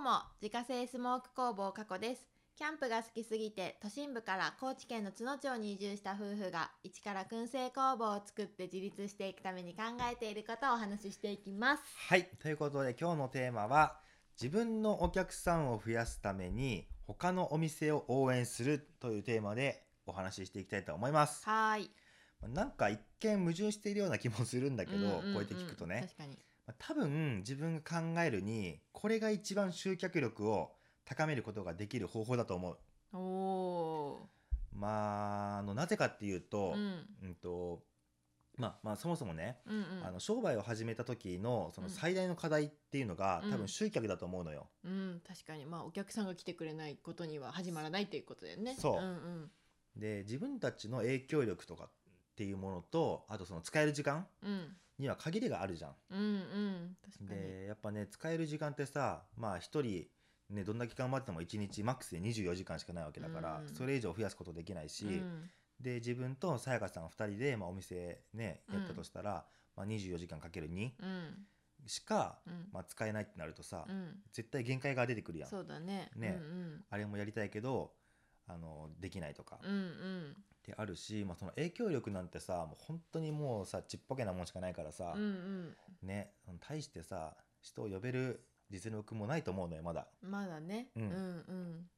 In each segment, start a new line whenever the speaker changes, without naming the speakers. も自家製スモーク工房過去ですキャンプが好きすぎて都心部から高知県の津野町に移住した夫婦が一から燻製工房を作って自立していくために考えていることをお話ししていきます
はい、ということで今日のテーマは自分のお客さんを増やすために他のお店を応援するというテーマでお話ししていきたいと思います。
はーい
なんか一見矛盾しているような気もするんだけど、
うんんん
こうやって聞くとね
確かに
まあ多分自分が考えるにこれが一番集客力を高めることができる方法だと思う。
おお
まあ、あのなぜかっていう
ー、
と
う、ん、
うんとまあ、まあそもそもね、
うんうん
あの商売を始めた時のその
うん
最大の課題っていうのが、
うん
多分集客だと思うのよ。
うん確かにまあお客さんが来てくれないことには始まらないということだよね
そう
うんうん
で自分たちの影響力とかっていうものとあとその使える時間
うん
には限りがあるじゃん。
うんうん確かに
でやっぱね使える時間ってさまあ一人ねどんだけ頑張っても1日マックスで24時間しかないわけだから、
うん
それ以上増やすことできないし、
うん
で自分とさやかさん2人で、まあ、お店ねやったとしたら、まあ、24時間かける2
うん
しか、
うん
まあ、使えないってなるとさ、
うん
絶対限界が出てくるやん。
そうだね
ね
うん
あれもやりたいけどあのできないとか、
うんうん
ってあるし、まあ、その影響力なんてさもう本当にもうさちっぽけなもんしかないからさ、
うんうん
ね大してさ人を呼べる実力もないと思うのよまだ
まだねう
うんん
うん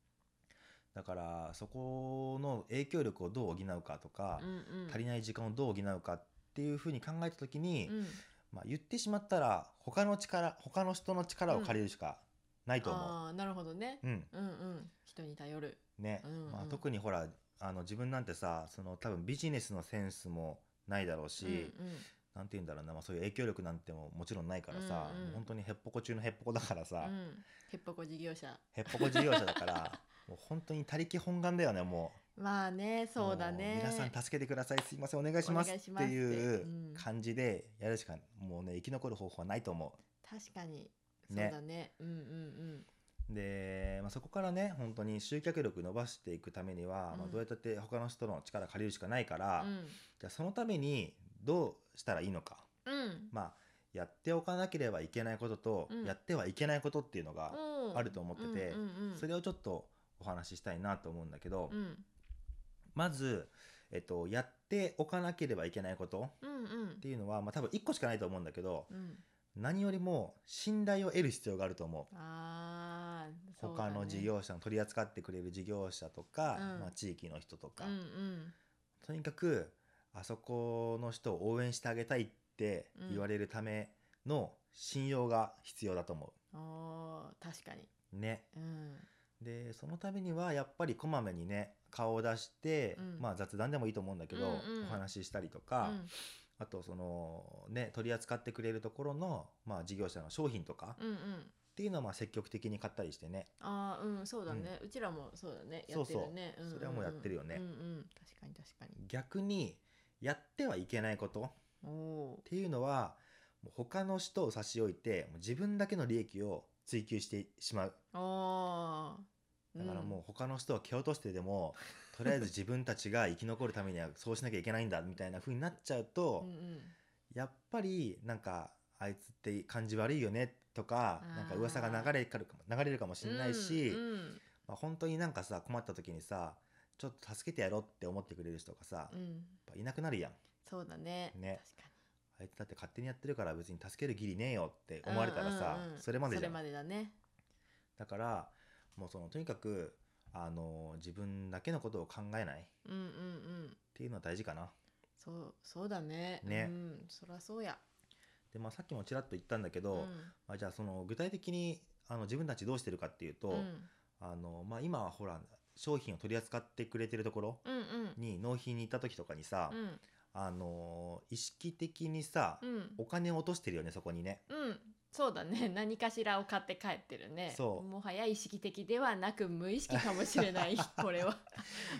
だからそこの影響力をどう補うかとか
う、んうん
足りない時間をどう補うかっていうふうに考えた時に、
うん
まあ、言ってしまったら他の力他の人の力を借りるしかないと思う。
ああなるほどね
うん
うんうん人に頼る
ね
うんうん
まあ、特にほらあの自分なんてさその多分ビジネスのセンスもないだろうし、
うんうん
なんて言うんだろうな、まあ、そういう影響力なんてももちろんないからさ、
うんうん
もう本当にへっぽこ中のへっぽこだからさ、
うんヘッポコ事業者
へっぽこ事業者だから もう本当に他力本願だよねも
まあね
う
そうだね
もう皆さん助けてくださいすいませんお願いしま
お
す
願い
っ
してますって
いう
うん
感じでやるしか、もうね生き残る方法はないと思
確かにそう
ね
だねうんうん
うで、まあ、そこからね本当に集客力伸ばしていくためには、ま
う
あ、
ん
どうやったって他の人の力借りるしかないから、
うんうん
じゃあそのためにどうしたらいいのか
うん
まあやっておかなければいけないことと、
うん
やってはいけないことっていうのが、
うん
あると思ってて
うんうんうん
それをちょっとお話ししたいなと思うんだけど、
うん
まず、えっと、やっておかなければいけないこと
うんうん
っていうのは、まあ、多分1個しかないと思うんだけど
うん
何よりも信頼を得る必要があると思う。
あーそうだ
他
ね
の事業者の取り扱ってくれる事業者とか、
うん
まあ、地域の人とか、
うんうん
とにかくあそこの人を応援してあげたいって言われるための信用が必要だと思
おー確かに
う。ね、
うん
でそのためにはやっぱりこまめにね顔を出して、
うん
まあ、雑談でもいいと思うんだけど、
うんうん
お話ししたりと
う
か、
ん
あとそのね取り扱ってくれるところの、まあ、事業者の商品とか
う
っ
んうん
ていうのはまあ積極的に買ったりしてね
あーうんそうだねうちらもそうだねや
そう
って
そう
るねんんん
それはもうやってるよね
うんうん確かに確かに
逆にやってはいけないことっ
おー
ていうのはもう他の人を差し置いてもう自分だけの利益を追求してしまう
あー
だからもう他の人を蹴落としてでも、とりあえず自分たちが生き残るためにはそうしなきゃいけないんだみたいな風になっちゃうと、
うんうん
やっぱりなんかあいつって感じ悪いよねとか
あー
なんか噂が流れかるかも流れるかもしれないし、
うん
まあ、本当になんかさ困った時にさちょっと助けてやろうって思ってくれる人がさ、
うんう
やっ
ん
ぱいなくなるやん
そうだね
ね
確かに
あいつだって勝手にやってるから別に助ける義理ねえよって思われたらさ、
うんうんうん
それまで
そ
じ
れ
ゃん
までだね
だからもうそのとにかくあの自分だけのことを考えないっ
うんうんうん
ていうのは大事かな
そうそうだね
ね
うんそらそうや
で、まあ、さっきもちらっと言ったんだけど、
うん
まあ、じゃあその具体的にあの自分たちどうしてるかっていうと、
うん
あのまあ、今はほら商品を取り扱ってくれてるところ
うんうん
に納品に行った時とかにさ、
うん
あのー意識的にさ、
うん
お金を落としてるよねそこにね。
うん、そうだね 何かしらを買って帰ってるね
そう
もはや意識的ではなく無意識かもしれ ないこれは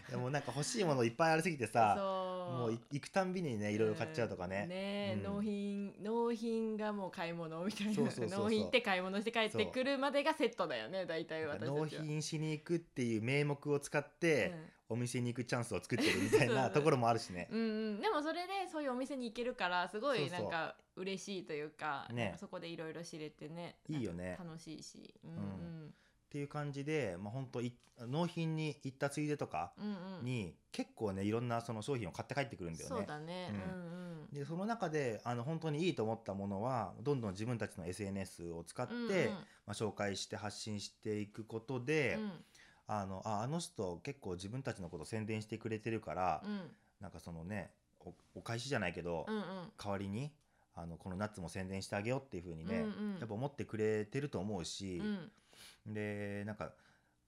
でもなんか欲しいものいっぱいありすぎてさ
そう
もうい行くたんびにねいろいろ買っちゃうとか
ん
ね。
ねえ、
うん
納品納品がもう買い物みたいな
そうそうそうそう
納品って買い物して帰ってくるまでがセットだよね大体
な
私
んか
たちは
納品しに行くっていう名目を使って、お店に行くチャンスを作ってるみたい
そう
な
そう
ところもあるしね
う。ん、うんうんでもそれでそういうお店に行けるからすご
そ
いう
そ
な
うん
か嬉しいというか
ね
なんかそこでいろいろ知れてね
いいよね
なんか楽しいしうん
んっていう感じで、まあ、本当い納品に行ったついでとか
うんうん
に結構ねいろんなその商品を買って帰ってくるんだよね。
そうだね、
うん
うん
でその中であの本当にいいと思ったものはどんどん自分たちの SNS を使って、
うん、
まあ、紹介して発信していくことで、
うん
あのああの人結構自分たちのこと宣伝してくれてるから、
うん
なんかそのねおお返しじゃないけど、
うんうん
代わりにあのこのナッツも宣伝してあげようっていう風にね、
うんうん
やっぱ思ってくれてると思うし
う、ん
でなんか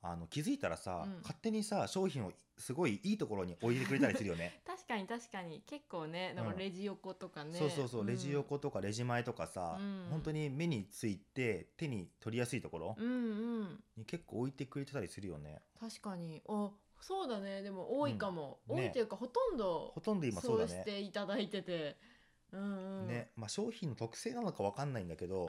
あの気づいたらさ、
うん
勝手にさ商品をすごいいいところに置いてくれたりするよね。
確かに確かに結構ねなんか
うん
レジ横とかね、
そうそうそう、
ん
レジ横とかレジ前とかさ、
うん
本当に目について手に取りやすいところ
うんうん
に結構置いてくれてたりするよね、
確かにあそうだねでも多いかも、
うん
多
ね
いというかほとんど
ほとんど今そ
そ
うだ
うし
ね
ていただいててうんうん
ね、まあ、商品の特性なのかわかんないんだけ
う、
ど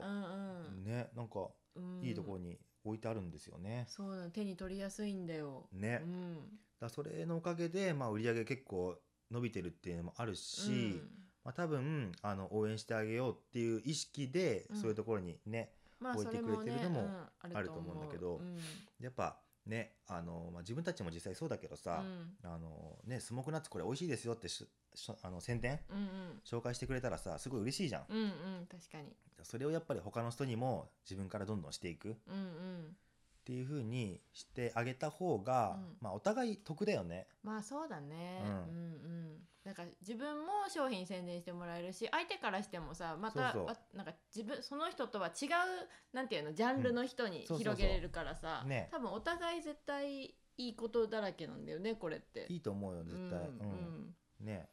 ん
ねなんか
うんうん
いいところに置いてあるんですよね、
そうだ手に取りやすいんだよ、
ね
うん
だからそれのおかげで、まあ、売り上げ結構伸びてるっていうのもあるし、
うん
まあ、多分あの応援してあげようっていう意識で、
うん
そういうところにね
まあ
置い
そ
て
れ
くれ
も
て
ね
るのも
うん
あると思うんだけど
うん
やっぱねあの、まあ、自分たちも実際そうだけどさ、
うん
あのね、スモークナッツこれ美味しいですよってししあの宣伝
うんうん
紹介してくれたらさすごい嬉しいじゃん、
うんうん確かに
それをやっぱり他の人にも自分からどんどんしていくっ
うんうん
ていう風にしてあげた方が、
うん
まあお互い得だよね
まあそうだね、
う
うんん、うんなんか自分も商品宣伝してもらえるし相手からしてもさまた
そうそう
あなんか自分その人とは違うなんていうのジャンルの人に
そうそうそう
広げれるからさ、
ね
多分お互い絶対いいことだらけなんだよねこれって。
いいと思うよ絶対、
うん
うんね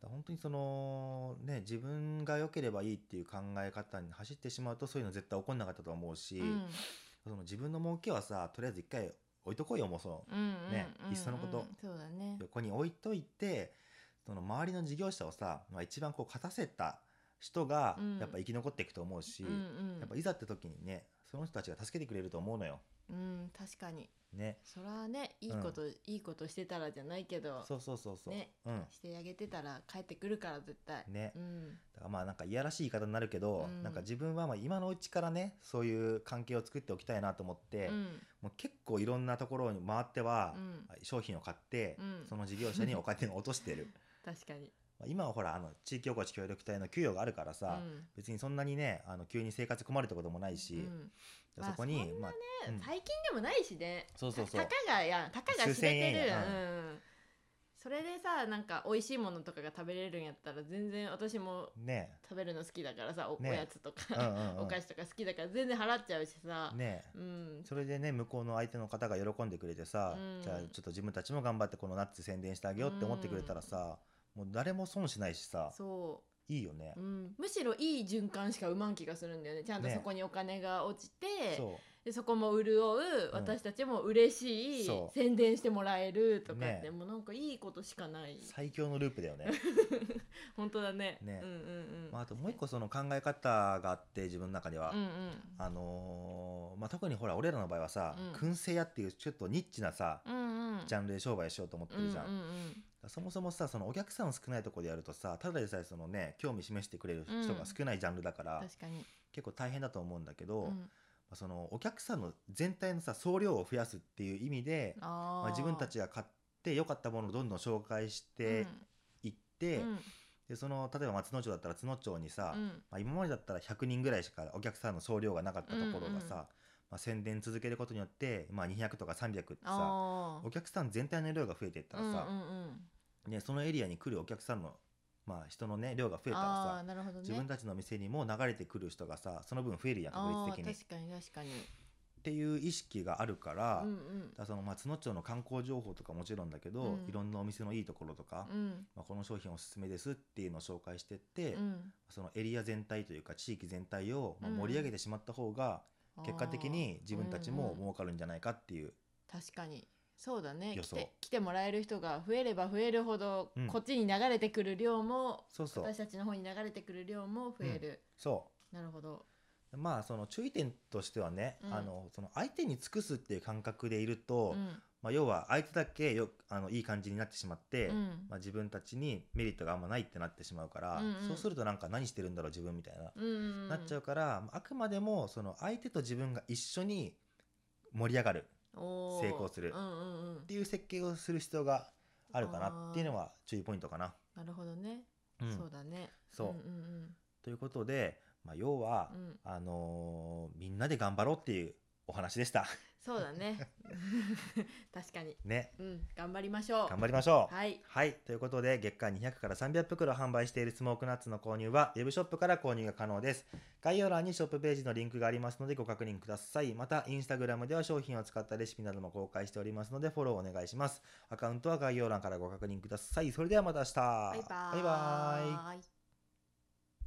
だから本当にそのね自分が良ければいいっていう考え方に走ってしまうとそういうの絶対起こんなかったと思うし、
うんうん
その自分の儲けはさとりあえず一回置いとこうよもうその
うん
ね
うんうん
いっそのこと
そうだね
横に置いといてその周りの事業者をさ、まあ、一番こう勝たせた人が
うん
やっぱ生き残っていくと思うし、
うんうん
やっぱいざって時にねその人たちが助けてくれると思うのよ。
うん確かに
ね、
それはねいいこと、いいことしてたらじゃないけど
そうそうそうそう、
ね
うん、
してあげてたら帰ってくるから絶対。
ね
うん
だからまあなんかいやらしい言い方になるけど、
うん
なんか自分はまあ今のうちからねそういう関係を作っておきたいなと思って、
うん
もう結構いろんなところに回っては
う、ん
商品を買って、
うん
その事業者にお金を落 としてる
確かに。
まあ今はほらあの地域おこし協力隊の給与があるからさ、
うん
別にそんなにねあの急に生活困るってこともないし、
うん
そこに、まあ
ね
うん
最近でもないしね
そうそうそう
たたかがやんたかが知れ
数千円
てる
や
やん、
う
うんそれでさなんか美味しいものとかが食べれるんやったら全然私も
ね
食べるの好きだからさお,、
ね
おやつと
うんう
か、
ん、うん、
お菓子とか好きだから全然払っちゃうしさ、
ね
うん
それでね向こうの相手の方が喜んでくれてさ、
うん
じゃあちょっと自分たちも頑張ってこのナッツ宣伝してあげようって思ってくれたらさ、もう誰も損しないしさ
そ
いいよね
う、う、ん、むしろいい循環しか生まん気がするんだよねちゃんと
ね
そこにお金が落ちて、
そ
でそこも潤う、私たちも嬉しい
そう
宣伝してもらえるとかって、
ね
もうなんかいいことしかな
う
い
最強のループだよね、
本当だね
ね
うんうんうん
まあ、あともう一個その考え方があって自分の中では、
うんうん
あのーまあ、特にほら俺らの場合はさ、
う
燻製屋っていうちょっとニッチなさ、
うんうん
ジャンルで商売しようと思ってるじゃん、
うんうん
そもそもさそのお客さん少ないところでやるとさただでさえそのね興味示してくれる人が少ないジャンルだか
う
ら、
ん、確かに、
結構大変だと思うんだけど、
う
ま
ん、
あそのお客さんの全体のさ総量を増やすっていう意味で、
あ
まあ、自分た
っ
ちが買って良かったものをどんどん紹介していって、
うん
でその例えば松野町だったら津野町にさ、
うん
まあ、今までだったら100人ぐらいしかお客さんの総量がなかったところがさ、
うんうん
まあ、宣伝続けることによって、まあ、200とか300ってさ
あー
お客さん全体の量が増えていったらさ
う、んうんうん、
ね、そのエリアに来るお客さんの、まあ、人の、ね、量が増えたら
あ
さ
ー、なるほどね
自分たちの店にも流れてくる人がさその分増えるやん確
あ
率的
ー
に。
確
っ
かに確かに
ていう意識があるから。
うん
だからその松野町の観光情報とかもちろんだけど、
うん
いろんなお店のいいところとか、
うんうん
まあ、この商品おすすめですっていうのを紹介してって、
うん
そのエリア全体というか地域全体をまあ
うん
盛り上げてしまった方が結果的に自分たち
うんう
も
ん
儲かるんじゃないかっていう、
あー確かにそうだね
予
来
想
て来てもらえる人が増えれば増えるほど、
うん
こっちに流れてくる量も
そうそう
私たちの方に流れてくる量も増える、
そ
なるほど
うまあその注意点としてはね、
うん
あのその相手に尽くすっていう感覚でいると、
うん
まあ、要は相手だけよあのいい感じになってしまって、
うん
まあ、自分たちにメリットがあんまないってなってしまうから、
うんうん
そうするとなんか何してるんだろう自分みたいな、
うんうん、
なっちゃうからまああくまでもその相手と自分が一緒に盛り上がる
おー
成功する
うんうんうん
っていう設計をする必要があるかなっていうのは注意ポイントかな。
なるほどね、
うん
そうだね
そう
うんうん
ということで、まあ、要は
う、んうん
あのーみんなで頑張ろうっていうお話でした。
そうだね確かに
ね
うん頑張りましょう
頑張りましょう。
はい
はい。ということで、月間200から300袋販売しているスモークナッツの購入は、ウェブショップから購入が可能です。概要欄にショップページのリンクがありますので、ご確認ください。また、インスタグラムでは商品を使ったレシピなども公開しておりますので、フォローお願いします。アカウントは概要欄からご確認ください。それではまた明日。
バイバーイ
バイバイ